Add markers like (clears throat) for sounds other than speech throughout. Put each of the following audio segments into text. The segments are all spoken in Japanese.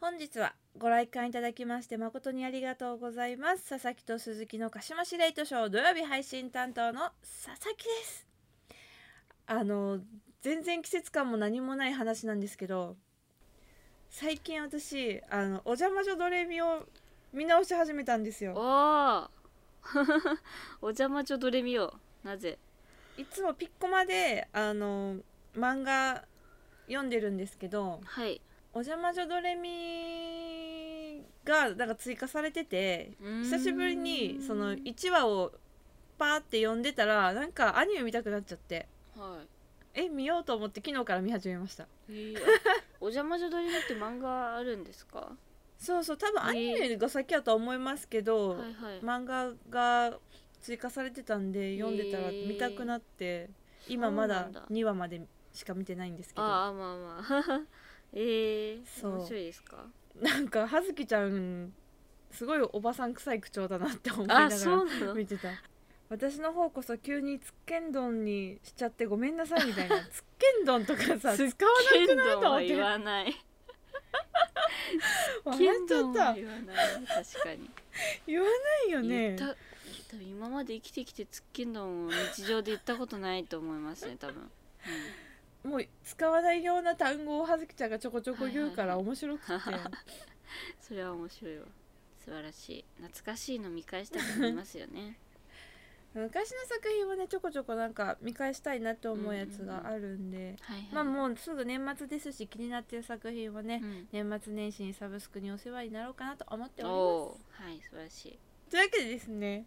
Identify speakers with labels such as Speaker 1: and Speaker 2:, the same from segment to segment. Speaker 1: 本日はご来館いただきまして誠にありがとうございます佐々木と鈴木の鹿島市レイトショー土曜日配信担当の佐々木ですあの全然季節感も何もない話なんですけど最近私あのお邪魔女ドレミを見直し始めたんですよ
Speaker 2: おお (laughs) お邪魔女ドレミをなぜ
Speaker 1: いつもピッコマであの漫画読んでるんですけど
Speaker 2: はい
Speaker 1: 「お邪魔女ドレミ」がなんか追加されてて久
Speaker 2: 久
Speaker 1: しぶりにその1話をパーって読んでたらなんかアニメ見たくなっちゃって
Speaker 2: は
Speaker 1: え見ようと思って昨日から見始めました
Speaker 2: い、えーあ (laughs) お邪魔女ドレミって漫画あるんですかは
Speaker 1: そうそう多分アニメが先やとは思いますけ
Speaker 2: い
Speaker 1: ど、
Speaker 2: はい、
Speaker 1: 漫画が追加されてたんで読んでたら見たくなって、今ま
Speaker 2: そうな
Speaker 1: だ
Speaker 2: んだ
Speaker 1: 2話までしか見てないんですけど
Speaker 2: ああまあまあ (laughs) えー、
Speaker 1: そう
Speaker 2: 面白いですか
Speaker 1: なんか葉月ちゃんすごいおばさん臭い口調だなって思いな
Speaker 2: あ
Speaker 1: が
Speaker 2: そ
Speaker 1: ら
Speaker 2: うなの
Speaker 1: 見てた私の方こそ急につっけん丼にしちゃってごめんなさいみた (laughs) いなつっけん丼とかさ使わなくなると思っ
Speaker 2: 剣道は
Speaker 1: て
Speaker 2: 言わない
Speaker 1: 笑っ
Speaker 2: 剣
Speaker 1: ちゃ
Speaker 2: 道
Speaker 1: っ
Speaker 2: は
Speaker 1: た
Speaker 2: 言わない確かに
Speaker 1: 言わないよ
Speaker 2: 言
Speaker 1: ね
Speaker 2: った多分今まで生きてきてツッケンドンを日常で言ったことないと思いますね多分、うん
Speaker 1: もう使わないような単語を葉月ちゃんがちょこちょこ言うから
Speaker 2: はい
Speaker 1: 面白くて
Speaker 2: それは面白いわ素晴らしい懐かしいの見返したくなりますよね
Speaker 1: 昔の作品はねちょこちょこなんか見返したいなと思うやつがあるんで、
Speaker 2: はいはい
Speaker 1: まあもうすぐ年末ですし気になってる作品はね、
Speaker 2: うん
Speaker 1: 年末年始にサブスクにお世話になろうかなと思っており
Speaker 2: おーはい素晴らしい
Speaker 1: ますというわけでですね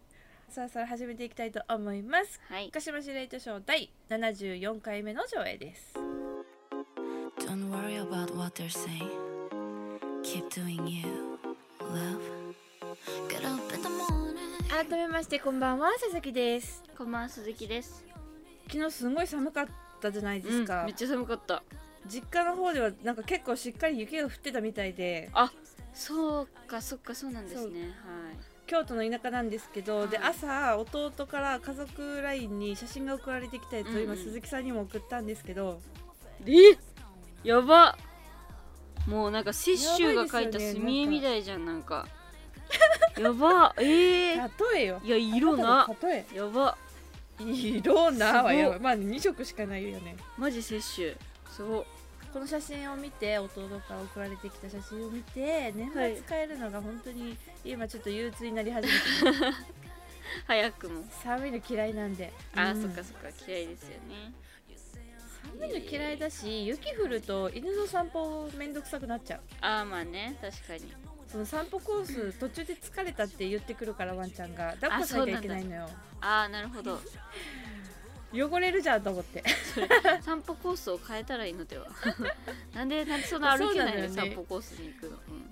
Speaker 1: そろそろ始めていきたいと思います
Speaker 2: はい
Speaker 1: 鹿島市レイトショー第74回目の上映です
Speaker 3: Don't worry about what they're saying. Keep doing you, love. Get up in the morning.
Speaker 1: 改めましてこんばんは佐々木です
Speaker 2: こんばんは鈴木です
Speaker 1: 昨日すごい寒かったじゃないです
Speaker 2: うん
Speaker 1: か
Speaker 2: めっ、ちゃ寒かった
Speaker 1: 実家の方ではなんか結構しっかり雪が降ってたみたいで
Speaker 2: そうかそっかそうなんですねはい
Speaker 1: 京都の田舎なんですけど、で
Speaker 2: はい
Speaker 1: 朝弟から家族 LINE に写真が送られてきたやつを
Speaker 2: うんう
Speaker 1: 今
Speaker 2: ん
Speaker 1: 鈴木さんにも送ったんですけど、
Speaker 2: えやばもうなんか雪舟が描いた
Speaker 1: やばいですよね
Speaker 2: 墨絵みたいじゃんなんかやばえ
Speaker 1: (laughs)
Speaker 2: ー、
Speaker 1: 例えよ
Speaker 2: いや色な
Speaker 1: 例え
Speaker 2: やば
Speaker 1: 色なは
Speaker 2: すごっ
Speaker 1: やばいまあ2色しかないよね
Speaker 2: マジ雪舟すごっ
Speaker 1: この写真を見て弟から送られてきた写真を見て年末使えるのが本当に今ちょっと憂鬱になり始めて (laughs) ます
Speaker 2: 早くも
Speaker 1: 寒いの嫌いなんで
Speaker 2: あー、
Speaker 1: うん
Speaker 2: そっかそっか嫌いですよね
Speaker 1: 寒いの嫌いだし雪降ると犬の散歩めんどくさくなっちゃう
Speaker 2: ああまあね確かに
Speaker 1: その散歩コース途中で疲れたって言ってくるからワンちゃんが抱っこしなきゃいけないのよ
Speaker 2: ああなるほど
Speaker 1: 汚れるじゃんと思って
Speaker 2: (laughs) 散歩コースを変えたらいいのでは (laughs) なんでなんでそんな歩けないの、
Speaker 1: そうなのよね
Speaker 2: 散歩コースに行くの、うん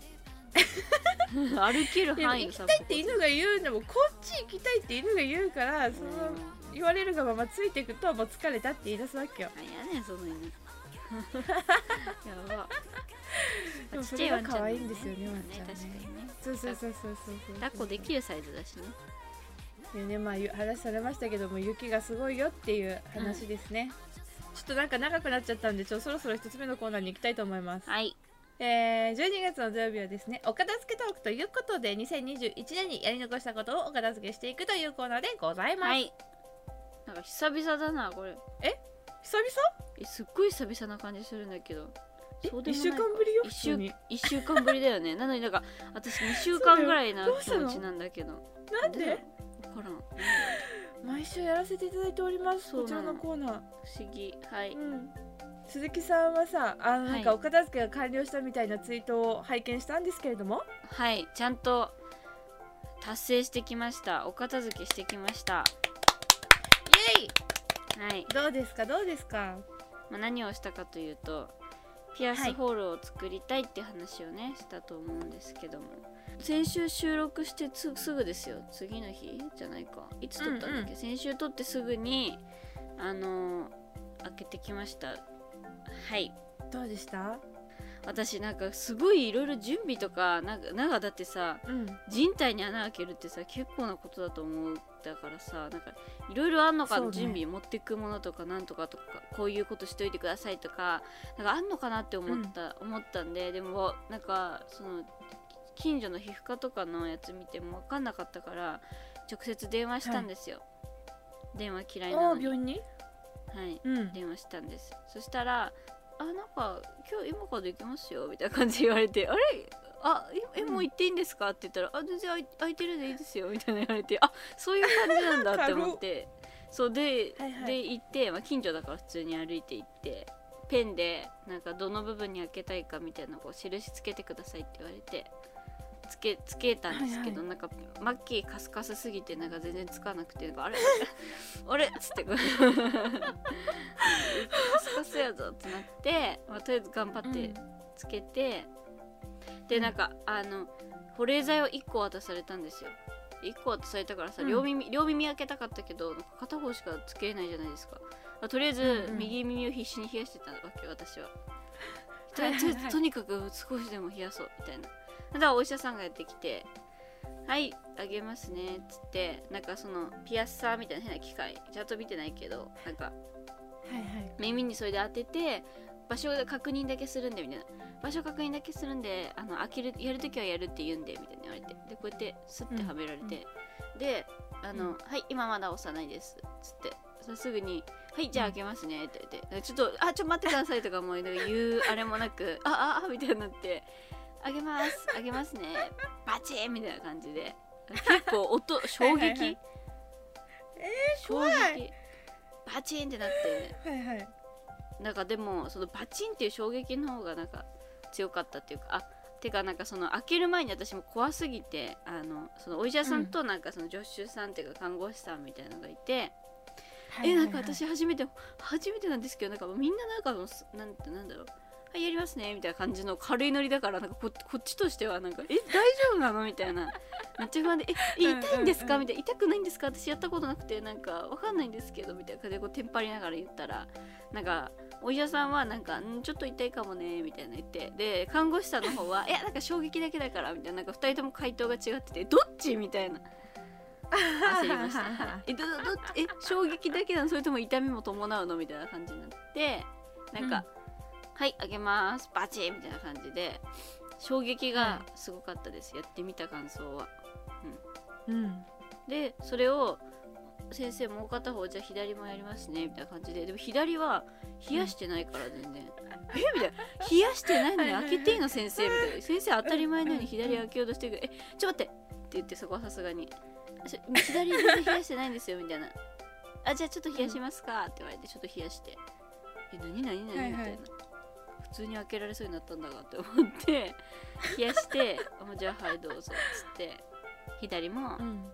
Speaker 2: (laughs) 歩ける
Speaker 1: でも
Speaker 2: 範
Speaker 1: 行
Speaker 2: 囲の
Speaker 1: き
Speaker 2: 散
Speaker 1: たいって
Speaker 2: 歩コース
Speaker 1: 犬が言うのもこっち行きたいって犬が言うからその
Speaker 2: うん
Speaker 1: 言われるがままついていくともう疲れたって言い出すわけよ
Speaker 2: あやねんその犬 (laughs) やば
Speaker 1: でも
Speaker 2: ち
Speaker 1: そ
Speaker 2: っちゃ
Speaker 1: れ
Speaker 2: い
Speaker 1: が
Speaker 2: ワンちゃん
Speaker 1: 可愛いんですよねワン
Speaker 2: ね
Speaker 1: ちゃんね
Speaker 2: 確かにね
Speaker 1: そうそうそうそうそうそう
Speaker 2: 抱っこできるサイズだしね
Speaker 1: でねまあゆ話されましたけども雪がすごいよっていう話ですね、ちょっとなんか長くなっちゃったんでちょそろそろ一つ目のコーナーに行きたいと思います、
Speaker 2: はい
Speaker 1: えー、12月の土曜日はですねお片付けトークということで2021年にやり残したことをお片付けしていくというコーナーでございます、
Speaker 2: はいなんか久々だなこれ
Speaker 1: 久
Speaker 2: えすっごい久々な感じするんだけどそ
Speaker 1: 々
Speaker 2: うで
Speaker 1: 1
Speaker 2: も
Speaker 1: 週
Speaker 2: ない
Speaker 1: 間
Speaker 2: か
Speaker 1: ぶりよ
Speaker 2: 一
Speaker 1: 普
Speaker 2: 週
Speaker 1: 通に
Speaker 2: 1週間ぶりだよねなのになんか私2週
Speaker 1: そうだ
Speaker 2: 間
Speaker 1: よ
Speaker 2: ぐらいな
Speaker 1: どうし
Speaker 2: 気
Speaker 1: たの
Speaker 2: 持ちなんだけど
Speaker 1: なん
Speaker 2: だ
Speaker 1: で
Speaker 2: ろうわからん
Speaker 1: 毎週やらせていただいております
Speaker 2: そう
Speaker 1: こち
Speaker 2: な
Speaker 1: ら
Speaker 2: の
Speaker 1: のコーナー
Speaker 2: 不思議はい、
Speaker 1: うん鈴木さんはさあのなん
Speaker 2: は
Speaker 1: か
Speaker 2: い
Speaker 1: お片付けが完了したみたいなツイートを拝見したんですけれども、
Speaker 2: はいちゃんと達成してきましたお片付けしてきました
Speaker 1: イエイ
Speaker 2: はい、
Speaker 1: どうですかどうですか
Speaker 2: まあ、何をしたかというとピア
Speaker 1: はい
Speaker 2: スホールを作りたいって話をねしたと思うんですけども先週収録してつすぐですよ次の日じゃないかいつ撮ったんだっけ、
Speaker 1: うん
Speaker 2: 先週撮ってすぐにあのー開けてきましたはい
Speaker 1: どうでした
Speaker 2: 私なんかすごいいろいろ準備とかなんかなんかだってさ
Speaker 1: うん
Speaker 2: 人体に穴開けるってさ結構なことだと思うだからさなんかいろいろあんのか
Speaker 1: そうね
Speaker 2: 準備持ってくものとかなんとかとかこういうことしといてくださいとかなんかあんのかなって思った、思ったんででもなんかその近所の皮膚科とかのやつ見ても分かんなかったから直接電話したんですよ、電話嫌いな
Speaker 1: あ
Speaker 2: の
Speaker 1: あ
Speaker 2: に、は
Speaker 1: 病院に
Speaker 2: い、
Speaker 1: うん
Speaker 2: 電話したんですそしたら「あなんか今日今からできますよ」みたいな感じで言われて「あれあええ
Speaker 1: うん
Speaker 2: もう行っていいんですか?」って言ったら「あ全然空い空いてるでいいですよ」みたいな言われて「あそういう感じなんだ」って思ってそうで,、
Speaker 1: はいはい
Speaker 2: で行って、まあ、近所だから普通に歩いて行ってペンでなんかどの部分に開けたいかみたいなのをこう印つけてくださいって言われて。つけつけたんですけど、
Speaker 1: は
Speaker 2: なんかマッキーカスカスすぎてなんか全然つかなくてなんかあれあれっ (laughs) つってこうカスカスやぞってなって、まあ、とりあえず頑張っ
Speaker 1: う
Speaker 2: て
Speaker 1: ん
Speaker 2: つけて、でなんかあの保冷剤を1個渡されたんですよ1個渡されたからさ、
Speaker 1: うん
Speaker 2: 両耳両耳開けたかったけどなんか片方しかつけれないじゃないですかあとりあえず
Speaker 1: うんうん
Speaker 2: 右耳を必死に冷やしてたわけ私はと
Speaker 1: はいはいはい
Speaker 2: とりあえずとにかく少しでも冷やそうみたいなだからお医者さんがやってきて「はいあげますね」っつってなんかそのピアッサーみたいな変な機械ちゃんと見てないけどなんか
Speaker 1: はいはい
Speaker 2: 耳にそれで当てて場所で確認だけするんでみたいな場所確認だけするんであの開けるやるときはやるって言うんでみたいな言われてでこうやってスッてはめられて、であ
Speaker 1: う
Speaker 2: の、
Speaker 1: ん
Speaker 2: はい今まだ押さないです」っつってそすぐに「はいじゃあ開けますね」って言って「ちょっとあちょっと待ってください」とかもうなんか言うあれもなく「あああみたいになって「あげますあげますねバチーン!」みたいな感じで結構音
Speaker 1: は
Speaker 2: 衝撃
Speaker 1: いはい
Speaker 2: 衝
Speaker 1: 怖
Speaker 2: 撃
Speaker 1: い
Speaker 2: バチーンってなって。
Speaker 1: はいはい
Speaker 2: なんかでもそのバチンっていう衝撃の方がなんか強かったっていうかあてかなんかその開ける前に私も怖すぎてあのそのお医者さんとなんかその助手さんっていうか看護師さんみたいなのがいて、えなんか私初めて初めてなんですけどなんかみんななんかのすなんてなんだろうはいやりますねみたいな感じの軽いノリだからなんかここっちとしてはなんかえ大丈夫なのみたいなめっちゃ不安でえ
Speaker 1: うんうんうん
Speaker 2: 痛いんですかみたいな痛くないんですか私やったことなくてなんかわかんないんですけどみたいな感じでこうテンパりながら言ったらなんかお医者さんはなんかんちょっと痛いかもねみたいな言ってで看護師さんの方はいやなんか衝撃だけだからみたいななんか2人とも回答が違っててどっちみたいな焦り
Speaker 1: (laughs)
Speaker 2: ました、はいえどどどっちえ衝撃だけなのそれとも痛みも伴うのみたいな感じになってなんか、はいあげますバチッみたいな感じで衝撃がすごかったです、やってみた感想は
Speaker 1: うん
Speaker 2: でそれを先生もう片方じゃあ左もやりますねみたいな感じででも左は冷やしてないから全然、えみたいな冷やしてないのに開けていいの先生みたい (laughs) な先生当たり前のように左開けようとしてるけどえちょっと待ってって言ってそこはさすがにそ左全然冷やしてないんですよみたいなあじゃあちょっと冷やしますかって言われてちょっと冷やしてえ何何何、
Speaker 1: はい
Speaker 2: み
Speaker 1: は
Speaker 2: たい
Speaker 1: い
Speaker 2: な普通に開けられそうになったんだがって思って冷やして (laughs) あもうじゃあはいどうぞっつって左も
Speaker 1: うん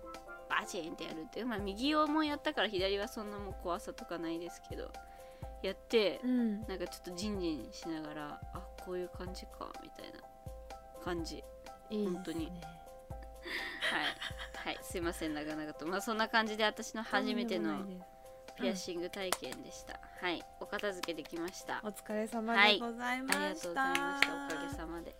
Speaker 2: バチンってやるっていうまあ右をもうやったから左はそんなもう怖さとかないですけどやって
Speaker 1: うん
Speaker 2: なんかちょっとジンジンしながらあこういう感じかみたいな感じ
Speaker 1: いいですね
Speaker 2: 本当に
Speaker 1: (laughs)
Speaker 2: はい、はい、すいません長々とまあそんな感じで私の初めて
Speaker 1: と
Speaker 2: の
Speaker 1: んでもないです
Speaker 2: ピアシング体験でした、はいお片付けできました
Speaker 1: お
Speaker 2: あ
Speaker 1: 疲れ様
Speaker 2: は
Speaker 1: で
Speaker 2: い
Speaker 1: ござい
Speaker 2: り
Speaker 1: ま
Speaker 2: がとうござ
Speaker 1: した、
Speaker 2: いましたおかげさまで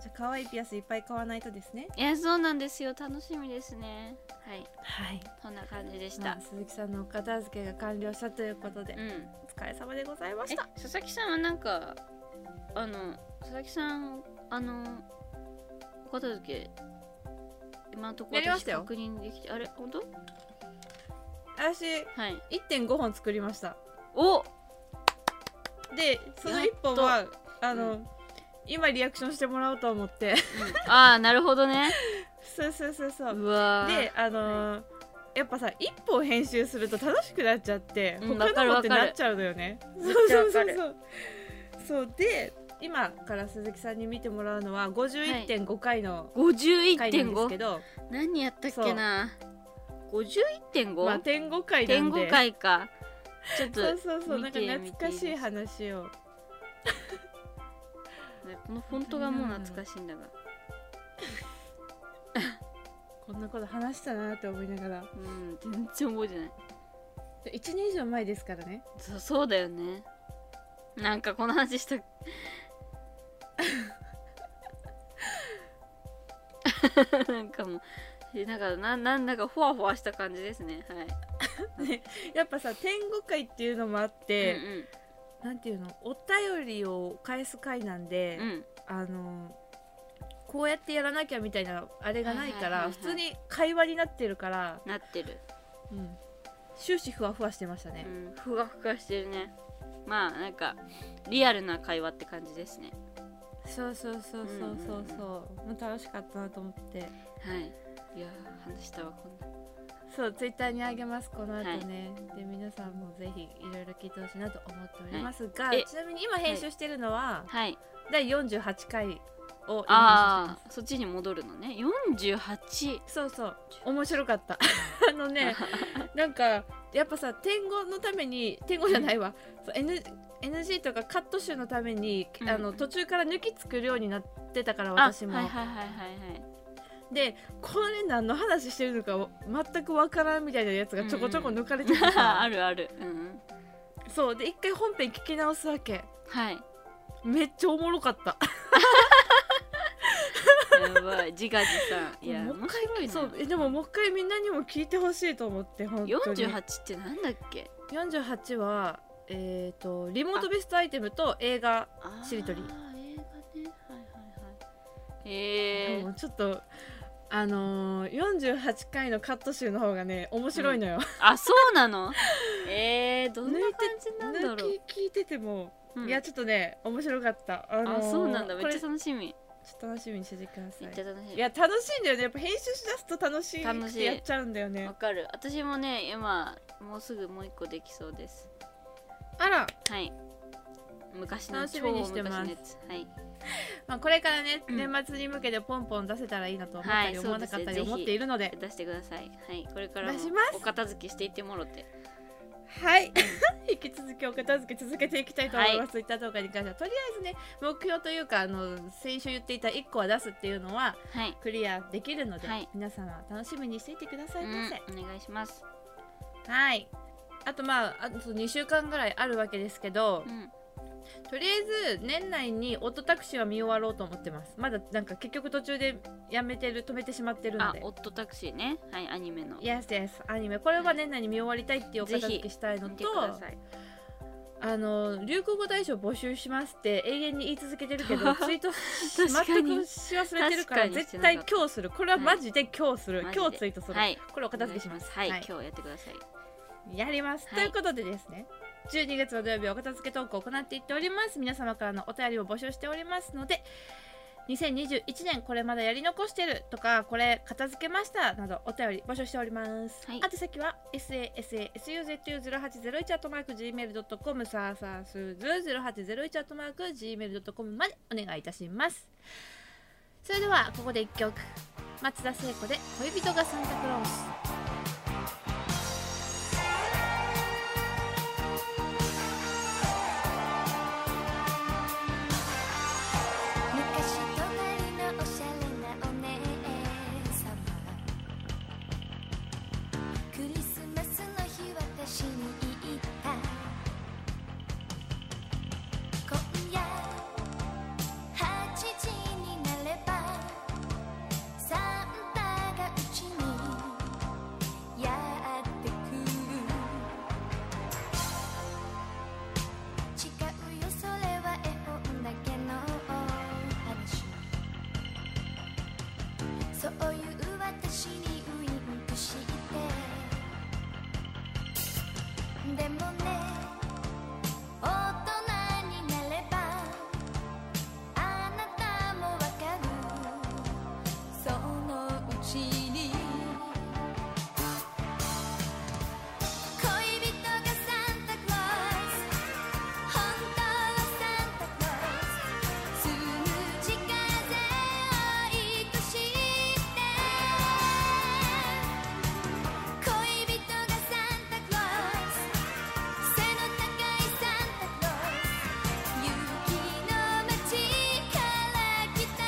Speaker 1: じゃあ可愛いピアスいっぱい買わないとですね
Speaker 2: いやそうなんですよ楽しみですねはい
Speaker 1: はい
Speaker 2: そんな感じでし
Speaker 1: ま
Speaker 2: た
Speaker 1: あ、鈴木さんのお片付けが完了したということで、
Speaker 2: うん
Speaker 1: お疲れ様でございまし
Speaker 2: え
Speaker 1: た
Speaker 2: 佐々木さんはなんかあの佐々木さんあのお片付け今のところ
Speaker 1: やりまし
Speaker 2: 私
Speaker 1: たよ
Speaker 2: 確認できてあれ本当
Speaker 1: 私
Speaker 2: はい
Speaker 1: 1.5本作りました
Speaker 2: お
Speaker 1: でその1本はあの、今リアクションしてもらおうと思って (laughs)
Speaker 2: ああなるほどね
Speaker 1: そうそうそうそう
Speaker 2: うわー
Speaker 1: であのーやっぱさ1本編集すると楽しくなっちゃって、
Speaker 2: うんわか
Speaker 1: 他
Speaker 2: る
Speaker 1: の
Speaker 2: わ
Speaker 1: もっ
Speaker 2: か
Speaker 1: て
Speaker 2: る
Speaker 1: なっちゃうのよね
Speaker 2: めっちゃわかる
Speaker 1: そうそうそうそうで今から鈴木さんに見てもらうのは51.5回の回なんですけ
Speaker 2: 51.5
Speaker 1: ど、
Speaker 2: 何やったっけな
Speaker 1: まあ
Speaker 2: 51.5?
Speaker 1: 点5回な
Speaker 2: 点
Speaker 1: ん
Speaker 2: 5
Speaker 1: で
Speaker 2: 回かちょっと
Speaker 1: そうそうそうな
Speaker 2: 見
Speaker 1: んか
Speaker 2: て
Speaker 1: 懐かしい
Speaker 2: 見て
Speaker 1: 話を
Speaker 2: ですこのフォントがもう懐かしいんだが
Speaker 1: こんなこと話したなって思いながら
Speaker 2: うん全然覚えてない
Speaker 1: 1年以上前ですからね
Speaker 2: そそうだよねなんかこの話したなんかもうえなんかななんなんかふわふわした感じですねはい、
Speaker 1: やっぱさ天狗会っていうのもあって、
Speaker 2: うん
Speaker 1: なんていうのお便りを返す会なんで、
Speaker 2: うんうん
Speaker 1: あのこうやってやらなきゃみたいなあれがないから、
Speaker 2: はいはいはいはい
Speaker 1: 普通に会話になってるから、
Speaker 2: なってる、
Speaker 1: うん終始ふわふわしてました
Speaker 2: う
Speaker 1: ね、
Speaker 2: ん、ふわふわしてるねまあなんかリアルな会話って感じですね
Speaker 1: そうそうそうそうそう
Speaker 2: うん
Speaker 1: そう、もう楽しかったなと思って
Speaker 2: はいいやー話したわこんな
Speaker 1: そうツイッターにあげますこの後ね、で皆さんもぜひいろいろ聞いてほしいなと思っておりますが、
Speaker 2: はいえ
Speaker 1: ちなみに今編集してるのは、
Speaker 2: はい
Speaker 1: 第48回を今編集してま
Speaker 2: ああそっちに戻るのね48
Speaker 1: すそうそう面白かった (laughs) あのねなんかやっぱさ天狗のために天狗じゃないわ、そう N NG とかカット集のために、
Speaker 2: うん
Speaker 1: あの途中から抜き作るようになってたから
Speaker 2: あ
Speaker 1: 私も、
Speaker 2: はいはいはいはい
Speaker 1: (laughs)
Speaker 2: はい
Speaker 1: でこれ何の話してるのかわ全くわからんみたいなやつがちょこちょこ抜かれててさ
Speaker 2: (laughs) あるあるうんうん
Speaker 1: そうで一回本編聞き直すわけ
Speaker 2: はい
Speaker 1: めっちゃおもろかった
Speaker 2: やばい自画自賛いや
Speaker 1: もう
Speaker 2: 面
Speaker 1: 一
Speaker 2: 白い
Speaker 1: 回
Speaker 2: な
Speaker 1: そうえでももう一回みんなにも聞いてほしいと思って本当に
Speaker 2: 48ってなんだっけ
Speaker 1: 48はえっ、とリモートベストアイテムと映画
Speaker 2: あー
Speaker 1: しりとり
Speaker 2: 映画ねはいはいはい
Speaker 1: で
Speaker 2: え
Speaker 1: も
Speaker 2: ー、
Speaker 1: ちょっとあのー、48回のカット集の方がね面白いのよ、
Speaker 2: あそう
Speaker 1: (laughs)
Speaker 2: なのえー、どんな感じなんだ
Speaker 1: 抜
Speaker 2: ろう、
Speaker 1: き聞いてても、
Speaker 2: うん
Speaker 1: いやちょっとね面白かったあのー
Speaker 2: あそうなんだめ
Speaker 1: こ
Speaker 2: っ
Speaker 1: れ
Speaker 2: ちゃ楽しみ
Speaker 1: ちょっと楽しみにしててくださ
Speaker 2: めっ
Speaker 1: い
Speaker 2: ちゃ楽し
Speaker 1: い
Speaker 2: み
Speaker 1: や楽しいんだよねやっぱ編集しだすと楽しい
Speaker 2: 楽しい
Speaker 1: やっちゃうんだよね
Speaker 2: わかる私もね今もうすぐもう一個できそうです
Speaker 1: あら、
Speaker 2: はい昔の
Speaker 1: 楽しみにしてます
Speaker 2: 超昔のやつはい
Speaker 1: まあ、これからね、
Speaker 2: うん
Speaker 1: 年末に向けてポンポン出せたらいいなと思った
Speaker 2: は
Speaker 1: り、
Speaker 2: い
Speaker 1: 思わなかった
Speaker 2: そうです
Speaker 1: り
Speaker 2: ね
Speaker 1: 思っているので
Speaker 2: 出してくださいはいこれからも
Speaker 1: 出します
Speaker 2: お片付けしていってもろて
Speaker 1: はい (laughs) 引き続きお片付け続けていきたいと思います、Twitter とかに関してはとりあえずね目標というかあの先週言っていた1個は出すっていうのは
Speaker 2: はい
Speaker 1: クリアできるので、
Speaker 2: はい
Speaker 1: 皆さんは楽しみにしていてくださ
Speaker 2: う
Speaker 1: いま
Speaker 2: ん
Speaker 1: せ、
Speaker 2: お願いします
Speaker 1: はいあとまああと2週間ぐらいあるわけですけど
Speaker 2: う、ん
Speaker 1: とりあえず年内にオットタクシーは見終わろうと思ってますまだなんか結局途中でやめてる止めてしまってるの
Speaker 2: あ
Speaker 1: で
Speaker 2: オットタクシーねはいアニメの
Speaker 1: Yes, yes アニメこれは年内に見終わりたいっていうお片付けしたいの
Speaker 2: 見て
Speaker 1: と
Speaker 2: ください
Speaker 1: あの流行語大賞募集しますって永遠に言い続けてるけど
Speaker 2: (laughs) 確か
Speaker 1: ツイ
Speaker 2: に
Speaker 1: ートし全くし忘れてるから
Speaker 2: 確かにして
Speaker 1: 絶
Speaker 2: なかった
Speaker 1: 対今日するこれはマジで今日する、
Speaker 2: はい
Speaker 1: 今日ツイートする、
Speaker 2: はい
Speaker 1: これお片付けします
Speaker 2: お願いはい、今日やってください
Speaker 1: やります、
Speaker 2: はい
Speaker 1: ということでですね12月の土曜日お片付けトークを行っていっております皆様からのお便りを募集しておりますので2021年これまだやり残してるとかこれ片付けましたなどお便り募集しております、
Speaker 2: はい
Speaker 1: 宛先は sasasuzu0801-gmail.com さあさあすず 0801-gmail.com までお願いいたしますそれではここで1曲松田聖子で恋人がサンタクロース
Speaker 4: 昔隣のおしゃれなお姉さまクリスマスの日私に言った今夜8時になればサンタがうちにやってくる違うよそれは絵本だけの話そういう私にウインクしてでもね大人になればあなたもわかるそのうちに恋人がサンタクロース「本当はサンタクロース」「数字風を愛して」「恋人がサンタクロース」「背の高いサンタクロース」「雪の街から来た」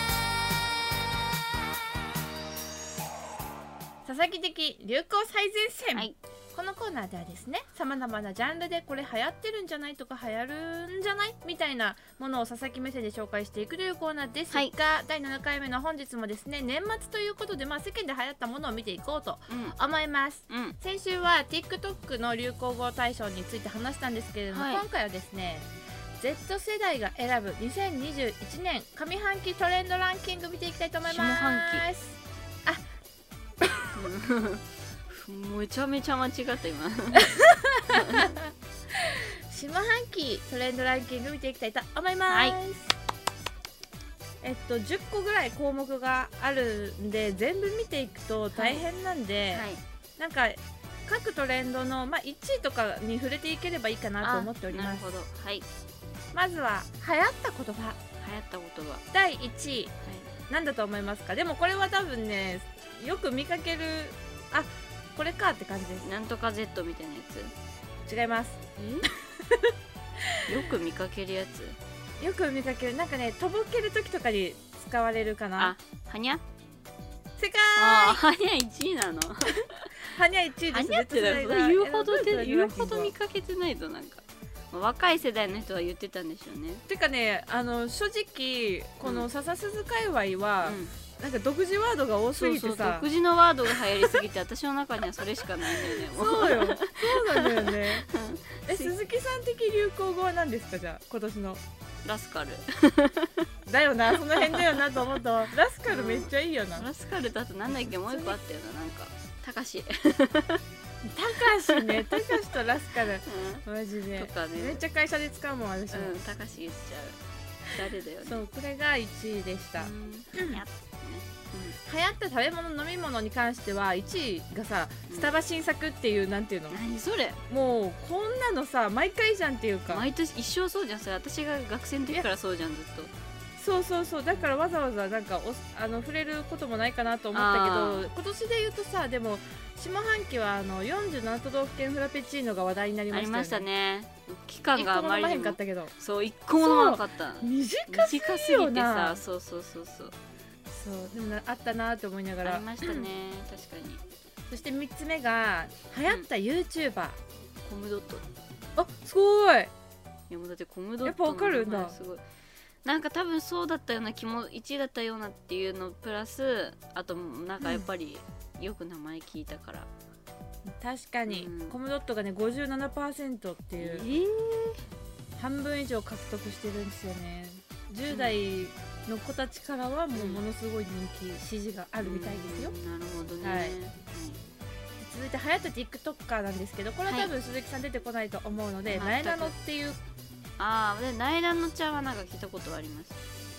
Speaker 1: 佐々木的流行最前線、
Speaker 2: はい
Speaker 1: このコーナーではですねさまざまなジャンルでこれ流行ってるんじゃないとか流行るんじゃないみたいなものを佐々木目線で紹介していくというコーナーですが、
Speaker 2: はい
Speaker 1: 第7回目の本日もですね年末ということで、まあ、世間で流行ったものを見ていこうと
Speaker 2: うん
Speaker 1: 思います
Speaker 2: うん
Speaker 1: 先週は TikTok の流行語大賞について話したんですけれども、
Speaker 2: はい
Speaker 1: 今回はですね Z 世代が選ぶ2021年上半期トレンドランキング見ていきたいと思います
Speaker 2: 下半うんめちゃめちゃ間違った今
Speaker 1: 下半期トレンドランキング見ていきたいと思います、
Speaker 2: はい
Speaker 1: えっと10個ぐらい項目があるんで全部見ていくと大変なんで、
Speaker 2: はい
Speaker 1: なんか各トレンドの、まあ、1位とかに触れていければいいかなと思っており
Speaker 2: な
Speaker 1: ま
Speaker 2: る
Speaker 1: す
Speaker 2: ほどはい流
Speaker 1: まずは流行った言葉
Speaker 2: 行ったことがは
Speaker 1: 第1位
Speaker 2: い
Speaker 1: なんだと思いますかでもこれは多分ねよく見かけるあこれかって感じで
Speaker 2: なんとか Z みたいなや
Speaker 1: す違います (laughs)
Speaker 2: つよく見かけるやつ
Speaker 1: よく見かけるなんかねとぼける時とかに使われるかな
Speaker 2: あはにゃ
Speaker 1: 世界
Speaker 2: あーはにゃ1位なの
Speaker 1: はにゃ1位で
Speaker 2: は
Speaker 1: す
Speaker 2: にゃってだ
Speaker 1: 絶対
Speaker 2: よ
Speaker 1: だ
Speaker 2: 言う
Speaker 1: 選ば
Speaker 2: ほどで
Speaker 1: れて
Speaker 2: 言
Speaker 1: る
Speaker 2: うほど見かけてないぞなんかまあ若い世代の人は言ってたんでしょうね
Speaker 1: てかねあの正直こ
Speaker 2: う
Speaker 1: の
Speaker 2: ん
Speaker 1: 笹鈴界隈は、
Speaker 2: うん
Speaker 1: なんか独自ワードが多す
Speaker 2: そう
Speaker 1: ぎ
Speaker 2: そ
Speaker 1: て
Speaker 2: う
Speaker 1: さ
Speaker 2: 独自のワードが流行りすぎて私の中にはそれしかないんだよねも
Speaker 1: (laughs)
Speaker 2: う
Speaker 1: そうよそうなんだよ
Speaker 2: (laughs)
Speaker 1: ねえ
Speaker 2: す
Speaker 1: 鈴木さん的流行語は何ですかじゃあ今年の
Speaker 2: ラスカル
Speaker 1: だよなその辺だよなと思う
Speaker 2: (laughs)
Speaker 1: とラスカルめっちゃいいよな、
Speaker 2: ラスカルだとなんだっけもう一個あったよななんかたかし、
Speaker 1: 高橋
Speaker 2: (laughs)
Speaker 1: ね高橋とラスカル
Speaker 2: う
Speaker 1: マジで
Speaker 2: ん、とかね
Speaker 1: めっちゃ会社で使うもん私も、
Speaker 2: うんたかし言っちゃう誰だよね
Speaker 1: そうこれが1位でした、
Speaker 2: うんやっね
Speaker 1: 流行った食べ物飲み物に関しては1位がさ
Speaker 2: うん
Speaker 1: スタバ新作っていうなんていうの
Speaker 2: うん、何それ
Speaker 1: もうこんなのさ毎回じゃんっていうか
Speaker 2: 毎年一生そうじゃんそれ私が学生の時からそうじゃんずっと
Speaker 1: そうそうそうだからわざわざなんかおあの触れることもないかなと思ったけ
Speaker 2: あ
Speaker 1: ど今年で言うとさでも下半期はあの47都道府県フラペチーノが話題になりま
Speaker 2: あ
Speaker 1: した
Speaker 2: り
Speaker 1: よね
Speaker 2: ましたね期間
Speaker 1: 一
Speaker 2: があ
Speaker 1: 個も飲
Speaker 2: まり
Speaker 1: まへ
Speaker 2: に
Speaker 1: んか
Speaker 2: も
Speaker 1: ったけど
Speaker 2: そう一個も飲まなかっ
Speaker 1: 短
Speaker 2: た短す
Speaker 1: すぎ
Speaker 2: ぎ
Speaker 1: よ
Speaker 2: てさ
Speaker 1: な
Speaker 2: そうそうそうそう
Speaker 1: そうでもなあったなと思いなが
Speaker 2: あ
Speaker 1: ら
Speaker 2: りましたね確かに
Speaker 1: そして3つ目が流行った YouTuber、
Speaker 2: コムドットい
Speaker 1: あすごい
Speaker 2: やもうだってコムドット
Speaker 1: やっぱわかるんだ
Speaker 2: の名前すごいなんか多分そうだったような気も1位だったようなっていうのプラスあとなんかやっぱりよく名前聞いたから、
Speaker 1: 確かに、
Speaker 2: うん
Speaker 1: コムドットがね57%ってい
Speaker 2: え
Speaker 1: う
Speaker 2: ー
Speaker 1: 半分以上獲得してるんですよね10代の子たちからはもうものすごい人気支持があるみたいですよ、
Speaker 2: うんなるほどね、
Speaker 1: はい続いて流行った TikToker なんですけどこれは多分鈴木さん出てこないと思うので、
Speaker 2: 全く
Speaker 1: なえなのっていう
Speaker 2: ああでナイランのちゃんはなんか聞いたことはあります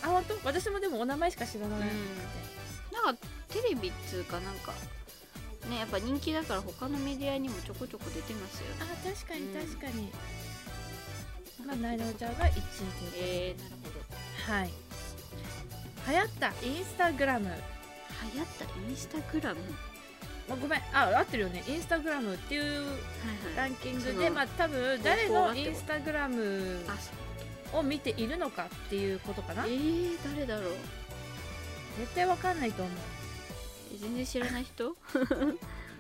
Speaker 1: あ本当私もでもお名前しか知らない、
Speaker 2: なんかテレビっつうかなんかねやっぱ人気だから他のメディアにもちょこちょこ出てますよね
Speaker 1: あ確かに
Speaker 2: うん
Speaker 1: 確かに、まあなえなのちゃんが1位ということで
Speaker 2: えー、なるほど
Speaker 1: はい流行ったインスタグラム
Speaker 2: 流行ったインスタグラム
Speaker 1: あごめんあ合ってるよねインスタグラムっていう
Speaker 2: は
Speaker 1: ランキン
Speaker 2: そ
Speaker 1: グで
Speaker 2: の
Speaker 1: まあ多分
Speaker 2: 投稿が
Speaker 1: 誰の
Speaker 2: って
Speaker 1: イ
Speaker 2: こと
Speaker 1: ンスタグラム
Speaker 2: あそう
Speaker 1: を見ているのかっていうことかな
Speaker 2: え
Speaker 1: 絶
Speaker 2: ー、誰だろう
Speaker 1: 対わかんないと思う
Speaker 2: え全然知らない人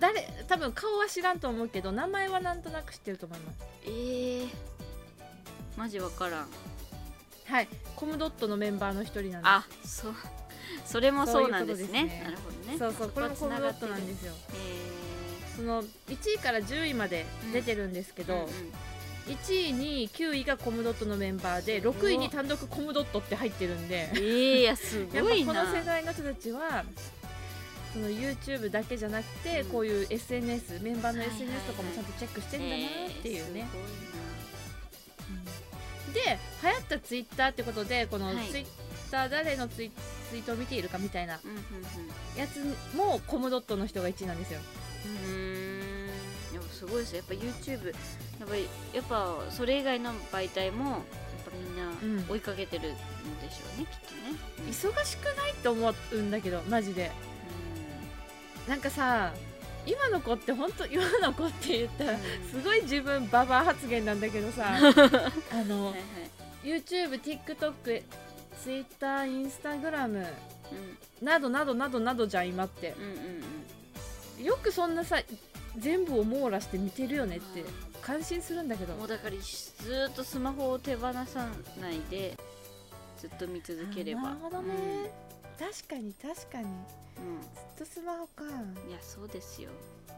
Speaker 1: 誰多分顔は知らんと思うけど名前はなんとなく知ってると思います
Speaker 2: えー、マジわからん
Speaker 1: はいコムドットのメンバーの一人なんで
Speaker 2: あそうそれもそうなんですね
Speaker 1: そういうことですね
Speaker 2: なるほど
Speaker 1: す
Speaker 2: ね
Speaker 1: そうそうこれもコムドットなんですすよ
Speaker 2: えー
Speaker 1: その1位から10位まで出てるんですけど、
Speaker 2: うんうん
Speaker 1: 1位に9位がコムドットのメンバーです
Speaker 2: ご
Speaker 1: 6
Speaker 2: い
Speaker 1: 位に単独コムドットって入ってるんで
Speaker 2: えー、いやす
Speaker 1: やっ
Speaker 2: ご
Speaker 1: ぱ
Speaker 2: い
Speaker 1: こ
Speaker 2: な
Speaker 1: の世代の人たちはその YouTube だけじゃなくて、
Speaker 2: うん
Speaker 1: こういう SNS メンバーの
Speaker 2: はいはいはい
Speaker 1: SNS とかもちゃんとチェックしてんだなっていうね、
Speaker 2: え
Speaker 1: で流行った Twitter ってことでこの
Speaker 2: はい
Speaker 1: Twitter 誰のツイツイートを見ているかみたいな
Speaker 2: ー、すごいなうんうんうん
Speaker 1: やつもコムドットの人が1位なんですよ
Speaker 2: うーんやっぱすごいですよやっぱ YouTube やっぱりやっぱそれ以外の媒体もやっぱみん
Speaker 1: うん
Speaker 2: な追いかけてるんでしょうね、きっとねうん
Speaker 1: 忙しくないと思うんだけどマジでなんかさ今の子って本当今の子って言ったら (laughs) すごい自分ババア発言なんだけど
Speaker 2: (laughs)
Speaker 1: さあ
Speaker 2: うん
Speaker 1: の
Speaker 2: はいはい
Speaker 1: YouTubeTikTok Twitter、Instagram
Speaker 2: うん
Speaker 1: などなどなどなどじゃん今って
Speaker 2: うんうんうん
Speaker 1: よくそんなさ全部を網羅して見てるよねって感心するんだけど
Speaker 2: もうだからずーっとスマホを手放さないでずっと見続ければ
Speaker 1: なるほどね、確かに確かに
Speaker 2: うん
Speaker 1: ずっとスマホか、ま
Speaker 2: うんいやそうですよ
Speaker 1: あ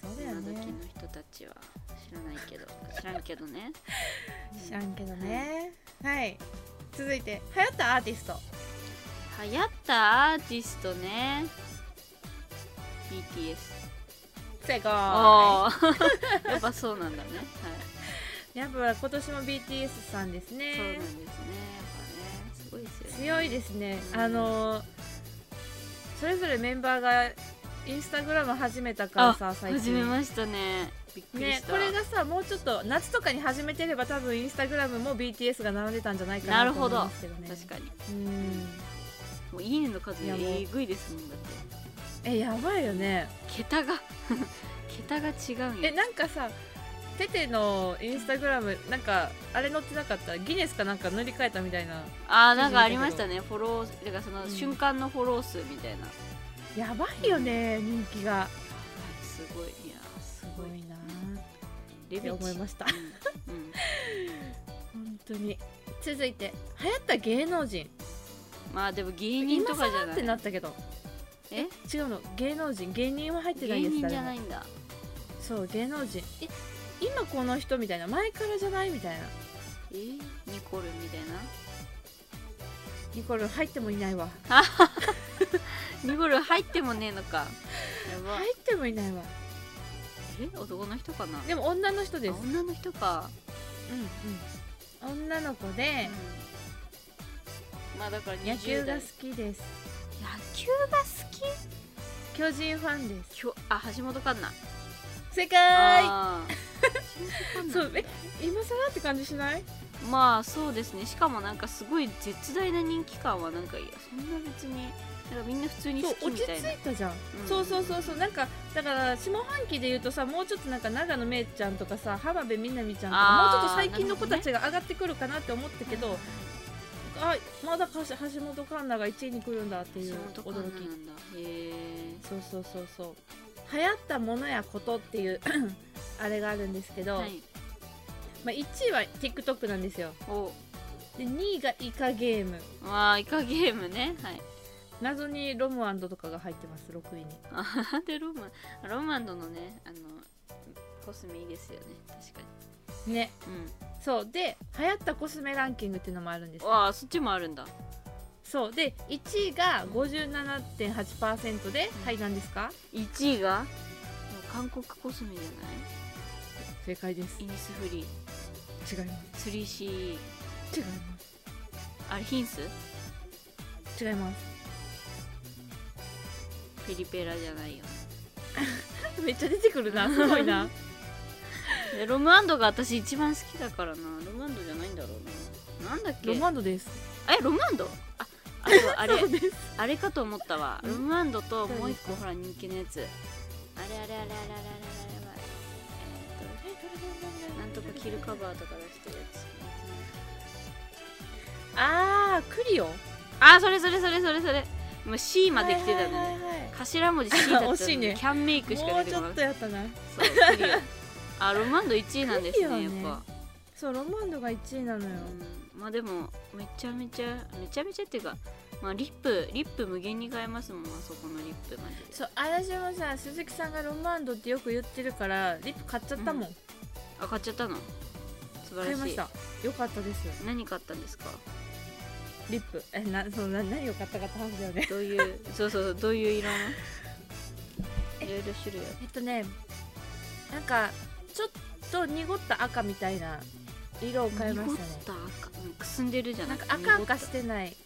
Speaker 1: そうだ
Speaker 2: 今
Speaker 1: よ
Speaker 2: 時の
Speaker 1: ね
Speaker 2: 人たちは知らないけ
Speaker 1: (laughs)
Speaker 2: ど知らんけどね
Speaker 1: 知らんけどねはい続いて流行ったアーティスト
Speaker 2: 流行ったアーティストね BTS
Speaker 1: 正解
Speaker 2: あ
Speaker 1: (laughs)
Speaker 2: あやっぱそうなんだねはい
Speaker 1: やっぱ今年も BTS さんです
Speaker 2: そうなん
Speaker 1: ね
Speaker 2: ですねやっぱねすごいですよね
Speaker 1: 強いですねあのーそれぞれメンバーがインスタグラム始めたからさ最
Speaker 2: 始め
Speaker 1: 近
Speaker 2: ましたねびっくり
Speaker 1: ね
Speaker 2: し、た
Speaker 1: これがさもうちょっと夏とかに始めてれば多分インスタグラムも BTS が並んでたんじゃないか
Speaker 2: な
Speaker 1: な
Speaker 2: る
Speaker 1: と思い
Speaker 2: ほど
Speaker 1: ますけどね
Speaker 2: 確かに
Speaker 1: うん
Speaker 2: もういいねの数
Speaker 1: いやもう
Speaker 2: えぐいですもんだって
Speaker 1: えやばいよね
Speaker 2: 桁が (laughs) 桁が違うん
Speaker 1: え
Speaker 2: よ
Speaker 1: なんかさテテのインスタグラムなんかあれ載ってなかったギネスかなんか塗り替えたみたいな
Speaker 2: あーなんかありましたねフォローだからその
Speaker 1: うん
Speaker 2: 瞬間のフォロー数みたいな、
Speaker 1: やばいよね人気が
Speaker 2: すごいいやーすごい
Speaker 1: な
Speaker 2: レ
Speaker 1: って
Speaker 2: ベチ
Speaker 1: 思いました
Speaker 2: うんうん
Speaker 1: 本当に続いて流行った芸能人
Speaker 2: まあでも芸人とかじゃ
Speaker 1: 今更っ
Speaker 2: な
Speaker 1: てないったけど
Speaker 2: え
Speaker 1: 違うの芸能人芸人は入ってない
Speaker 2: 芸
Speaker 1: です
Speaker 2: 人じゃ
Speaker 1: 誰
Speaker 2: な
Speaker 1: も
Speaker 2: いんだ
Speaker 1: そう芸能人え今この人みたいな前からじゃないみたいな
Speaker 2: えニコルみたいな
Speaker 1: ニコル入ってもいないわ
Speaker 2: ニコル入ってもねえのかやば
Speaker 1: 入ってもいないわ
Speaker 2: え男の人かな
Speaker 1: でも女の人です
Speaker 2: あ女の人か、
Speaker 1: うんうん女の子で
Speaker 2: うんまあだから20代
Speaker 1: 野球が好きです
Speaker 2: 野球が好き
Speaker 1: 巨人ファンです
Speaker 2: きょあ橋本環奈
Speaker 1: 正解
Speaker 2: あー橋本環奈
Speaker 1: そうえ今更って感じしない
Speaker 2: まあそうですねしかもなんかすごい絶大な人気感はなんかいやそんな別になんかみんな普通に
Speaker 1: そ
Speaker 2: 好
Speaker 1: う
Speaker 2: き
Speaker 1: 落
Speaker 2: み
Speaker 1: ち
Speaker 2: た
Speaker 1: 着
Speaker 2: いない
Speaker 1: たじゃん、
Speaker 2: うん
Speaker 1: そうそうそうそうなんかだから下半期で言うとさもうちょっとなんか長野めいちゃんとかさ浜辺美波ちゃんと
Speaker 2: あー
Speaker 1: かもうちょっと最近の子たちが上がってくるかなって思ったけど、あまだかし橋本環奈が1位に来るんだっていう
Speaker 2: 橋本環
Speaker 1: 驚
Speaker 2: 奈な
Speaker 1: き
Speaker 2: んだへえ
Speaker 1: そうそうそうそう流行ったものやことっていう (clears throat) あれがあるんですけど、
Speaker 2: はい
Speaker 1: まあ、1位は TikTok なんですよ
Speaker 2: お
Speaker 1: で2位がイカゲーム
Speaker 2: まあイカゲームねはい
Speaker 1: 謎にロムアンドとかが入ってます6位に
Speaker 2: あでロマンロマンドのねあのコスメいいですよね確か
Speaker 1: ね
Speaker 2: に
Speaker 1: そうで流行ったコスメランキングっていうのもあるんです
Speaker 2: うんわあそっちもあるんだ
Speaker 1: そうで1位が57.8%で、
Speaker 2: うん
Speaker 1: はい何ですか
Speaker 2: 1位が韓国コスメじゃない
Speaker 1: 正解です
Speaker 2: イニスフリー
Speaker 1: 違いま
Speaker 2: 3C
Speaker 1: す違いま
Speaker 2: あれヒンス
Speaker 1: す違います
Speaker 2: ペリペラじゃないよ
Speaker 1: めっちゃ出てくる (laughs) なすごいな
Speaker 2: でロムアンドが私一番好きだからなロムアンドじゃないんだろうななんだっけ
Speaker 1: ロムアンドです
Speaker 2: えロムアンドああとあれ
Speaker 1: そうです
Speaker 2: あれかと思ったわロムアンドと
Speaker 1: 何
Speaker 2: もう一個ほら人気のやつあれあれあれあれあれあれあれあれあれえーとなんとかキルカバーとか出してるやつ
Speaker 1: あークリオ
Speaker 2: あーそれそれそれそれそれもう C まで来てたの
Speaker 1: はい
Speaker 2: ね
Speaker 1: はいはいはい
Speaker 2: 頭文字 C だったの (laughs)
Speaker 1: 惜しい
Speaker 2: に
Speaker 1: ね
Speaker 2: キャンメイクし
Speaker 1: も
Speaker 2: か
Speaker 1: う
Speaker 2: 出
Speaker 1: ち
Speaker 2: てこ
Speaker 1: ょ
Speaker 2: な
Speaker 1: っ
Speaker 2: い
Speaker 1: とやったな
Speaker 2: そう (laughs) クリアあロムアンド1位なんです
Speaker 1: クリ
Speaker 2: ね
Speaker 1: ア
Speaker 2: やっ
Speaker 1: ね
Speaker 2: ぱ
Speaker 1: そうロムアンドが1位なのよ、
Speaker 2: うんまあでもめちゃめちゃめちゃめちゃっていうかまあリップリップ無限に買えますもんあそこのリップマジで
Speaker 1: そう私もさ鈴木さんがロマンドってよく言ってるからリップ買っちゃったもん、
Speaker 2: あ買っちゃったの素晴
Speaker 1: 買い
Speaker 2: ら
Speaker 1: ま
Speaker 2: しい
Speaker 1: したよかったです
Speaker 2: 何買ったんですか
Speaker 1: リップえなそのな何を買ったかって話だよね
Speaker 2: どういう (laughs) そうそうそうどういう色の
Speaker 1: え
Speaker 2: いろいろ種類ある
Speaker 1: えっとねなんかちょっと濁った赤みたいな色を買いましたね
Speaker 2: 濁った赤うんくすんでるじゃな
Speaker 1: なん
Speaker 2: い
Speaker 1: か赤赤してない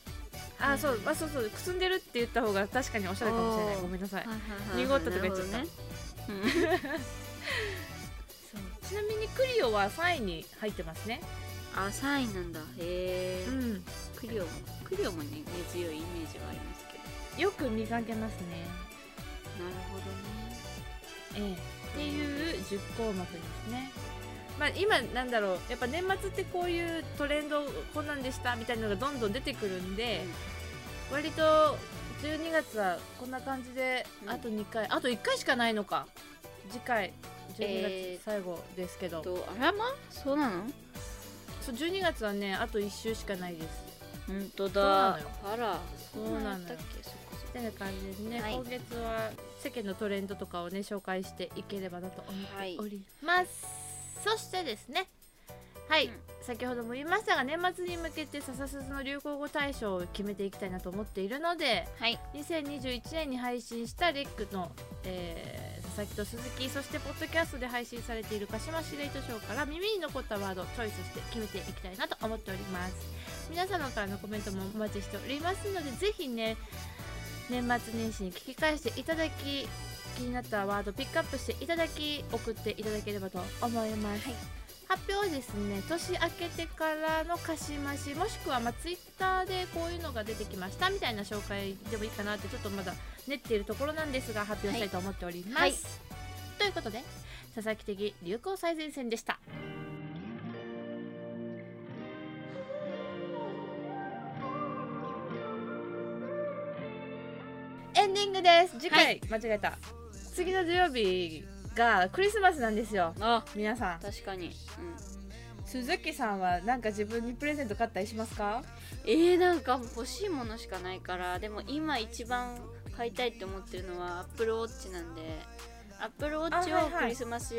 Speaker 2: は
Speaker 1: あ
Speaker 2: い
Speaker 1: そうあそうそうくすんでるって言った方が確かにおしゃれかもしれない
Speaker 2: おー
Speaker 1: ごめんなさい濁
Speaker 2: 濁
Speaker 1: っ
Speaker 2: ったた
Speaker 1: と
Speaker 2: と
Speaker 1: か
Speaker 2: か
Speaker 1: 言
Speaker 2: 言
Speaker 1: っ
Speaker 2: っ
Speaker 1: ち
Speaker 2: ち
Speaker 1: ゃ
Speaker 2: ゃ
Speaker 1: っ
Speaker 2: った
Speaker 1: そ
Speaker 2: た、
Speaker 1: うちなみにクリオは3位に入ってますね (laughs)
Speaker 2: うん、あ3位なんだへえ、
Speaker 1: うん
Speaker 2: クリオもクリオもね根強いイメージはありますけど
Speaker 1: よく見かけますね
Speaker 2: なるほど
Speaker 1: ええ
Speaker 2: ね
Speaker 1: っていう10項目ですね。まあ、今なんだろうやっぱ年末ってこういうトレンドこんなんでしたみたいなのがどんどん出てくるんで、割と12月はこんな感じで
Speaker 2: うん
Speaker 1: あと2回、あと1回しかないのか次回12
Speaker 2: えー
Speaker 1: 月最後ですけど、
Speaker 2: とあらまそうなの
Speaker 1: そう12月はねあと1週しかないです
Speaker 2: 本当
Speaker 1: そ
Speaker 2: だ
Speaker 1: う
Speaker 2: あら
Speaker 1: そうなのよ
Speaker 2: んだったっけそっかそっ
Speaker 1: みたいな感じですね、
Speaker 2: はい
Speaker 1: 今月は世間のトレンドとかをね紹介していければなと思
Speaker 2: かはい
Speaker 1: おります、そしてですねはい、
Speaker 2: うん
Speaker 1: 先ほども言いましたが年末に向けて笹鈴の流行語大賞を決めていきたいなと思っているので
Speaker 2: はい
Speaker 1: 2021年に配信したレックの、えー佐々木と鈴木そしてポッドキャストで配信されている鹿島司令図賞から耳に残ったワードをチョイスして決めていきたいなと思っております皆様からのコメントもお待ちしておりますのでぜひね年末年始に聞き返していただき気になったワードピックアップしていただき送っていただければと思います、
Speaker 2: はい
Speaker 1: 発表はですね年明けてからの鹿島市もしくはまあツイッターでこういうのが出てきましたみたいな紹介でもいいかなってちょっとまだ練っているところなんですが発表したいと思っております、
Speaker 2: はい
Speaker 1: ということで佐々木的流行最前線でしたエンディングです次回、間違えた次の土曜日がクリスマスなんですよ
Speaker 2: あ
Speaker 1: 皆さん
Speaker 2: 確かに、うん、
Speaker 1: 鈴木さんはなんか自分にプレゼント買ったりしますか
Speaker 2: えー、なんかもう欲しいものしかないからでも今一番買いたいって思ってるのは AppleWatch なんで AppleWatch
Speaker 1: あは
Speaker 2: を
Speaker 1: いはい
Speaker 2: クリスマス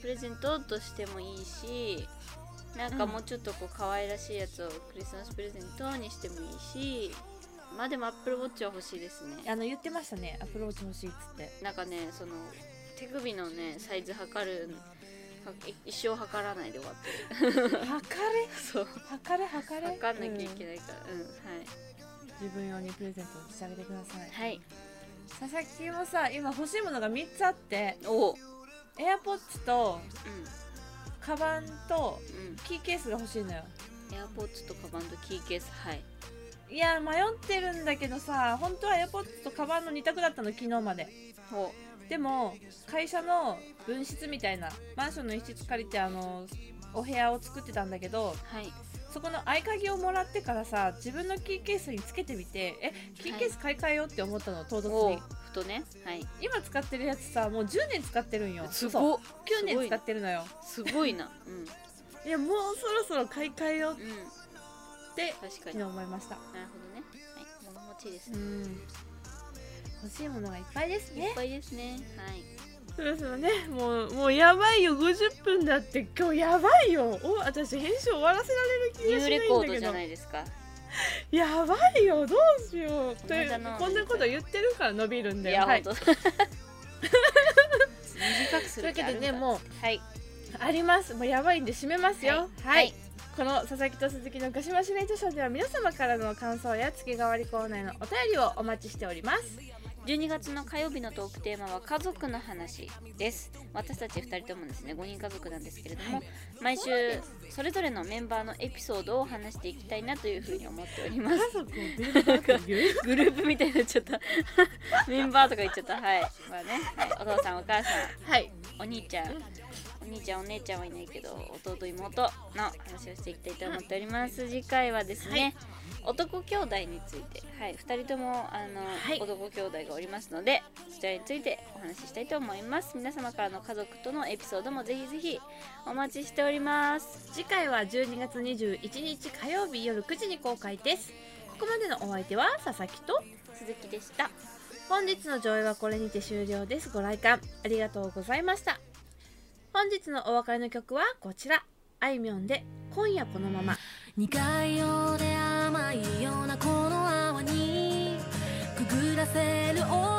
Speaker 2: プレゼントとしてもいいしなんかもうちょっとこう可愛らしいやつをクリスマスプレゼントにしてもいいしまあでも AppleWatch は欲しいですね
Speaker 1: あの言ってましたねアプローチ欲しいっつ (laughs) って
Speaker 2: なんかねその手首のねサイズ測るは一生測らないで終わってる
Speaker 1: 測れ
Speaker 2: そう
Speaker 1: 測れ測れ
Speaker 2: 測んなきゃいけ
Speaker 1: い、
Speaker 2: ないからうん、はい
Speaker 1: うん自分用にプレゼントをしてあげてください
Speaker 2: はい
Speaker 1: 佐々木もさ今欲しいものが3つあって
Speaker 2: おう
Speaker 1: AirPods と
Speaker 2: ん
Speaker 1: カバンと
Speaker 2: うん
Speaker 1: キーケースが欲しいのよ
Speaker 2: エアポッツとカバンとキーケースはい
Speaker 1: いや迷ってるんだけどさ本当は AirPods とカバンの2択だったの昨日まで
Speaker 2: ほ
Speaker 1: でも会社の分室みたいなマンションの一室借りてあのお部屋を作ってたんだけど
Speaker 2: はい
Speaker 1: そこの合鍵をもらってからさ自分のキーケースにつけてみてえキーケース買い替えようって思ったの唐突
Speaker 2: おう
Speaker 1: に
Speaker 2: ふとねはい
Speaker 1: 今使ってるやつさもう10年使ってるんよ
Speaker 2: す
Speaker 1: そう
Speaker 2: ご
Speaker 1: 9
Speaker 2: すご
Speaker 1: 年
Speaker 2: い
Speaker 1: 使ってるのよ
Speaker 2: すご
Speaker 1: (laughs)
Speaker 2: いなうんうん
Speaker 1: いやもうそろそろ買い替えようって
Speaker 2: 確か
Speaker 1: 昨
Speaker 2: に
Speaker 1: 日
Speaker 2: なる
Speaker 1: 思いました
Speaker 2: ほどねはい物持ちいいです
Speaker 1: う
Speaker 2: ね
Speaker 1: ん欲しいものがいっぱいです
Speaker 2: いっ
Speaker 1: ね
Speaker 2: ぱいですねはい
Speaker 1: そうですよねもうもうやばいよ50分だって今日やばいよお私編集終わらせられる気
Speaker 2: ニ
Speaker 1: がし
Speaker 2: ュー
Speaker 1: ない
Speaker 2: レ
Speaker 1: んだけど
Speaker 2: コードじゃないですか
Speaker 1: やばいよどうしようとい
Speaker 2: 無
Speaker 1: う
Speaker 2: 駄な
Speaker 1: こんなこと言ってるから伸びるん
Speaker 2: い
Speaker 1: だよ
Speaker 2: や
Speaker 1: はい
Speaker 2: ほんと
Speaker 1: (laughs)
Speaker 2: 短く
Speaker 1: とい
Speaker 2: す
Speaker 1: う
Speaker 2: る
Speaker 1: わ
Speaker 2: 気
Speaker 1: け
Speaker 2: あ
Speaker 1: で
Speaker 2: るん
Speaker 1: ね
Speaker 2: だ
Speaker 1: もう
Speaker 2: はい
Speaker 1: ありますもうやばいんで締めますよはい、
Speaker 2: はい
Speaker 1: この佐々木と鈴木の鹿島市名図書では皆様からの感想や月替わりコーナーへのお便りをお待ちしております
Speaker 2: 12月の火曜日のトークテーマは家族の話です私たち2人ともですね5人家族なんですけれども、毎週それぞれのメンバーのエピソードを話していきたいなというふうに思ってお
Speaker 1: (laughs)
Speaker 2: ります
Speaker 1: 族をビルドアッ (laughs) プ言う
Speaker 2: グループみたいになっちゃった (laughs) メンバーとか言っちゃったはいまあね、はい、お父さんお母さ
Speaker 1: はい
Speaker 2: んお兄ちゃんお兄ちゃんお姉ちゃんはいないけど弟妹の話をしていきたいと思っております次回はですね、男兄弟についてはい2人ともあの、
Speaker 1: はい
Speaker 2: 男兄弟がおりますのでそちらについてお話ししたいと思います皆様からの家族とのエピソードもぜひぜひお待ちしております
Speaker 1: 次回は12月21日火曜日夜9時に公開ですここまでのお相手は佐々木と
Speaker 2: 鈴木でした
Speaker 1: 本日の上映はこれにて終了ですご来館ありがとうございました本日のお別れの曲はこちらあいみょんで今夜このまま
Speaker 3: 苦いようで甘いようなこの泡にくぐらせるオ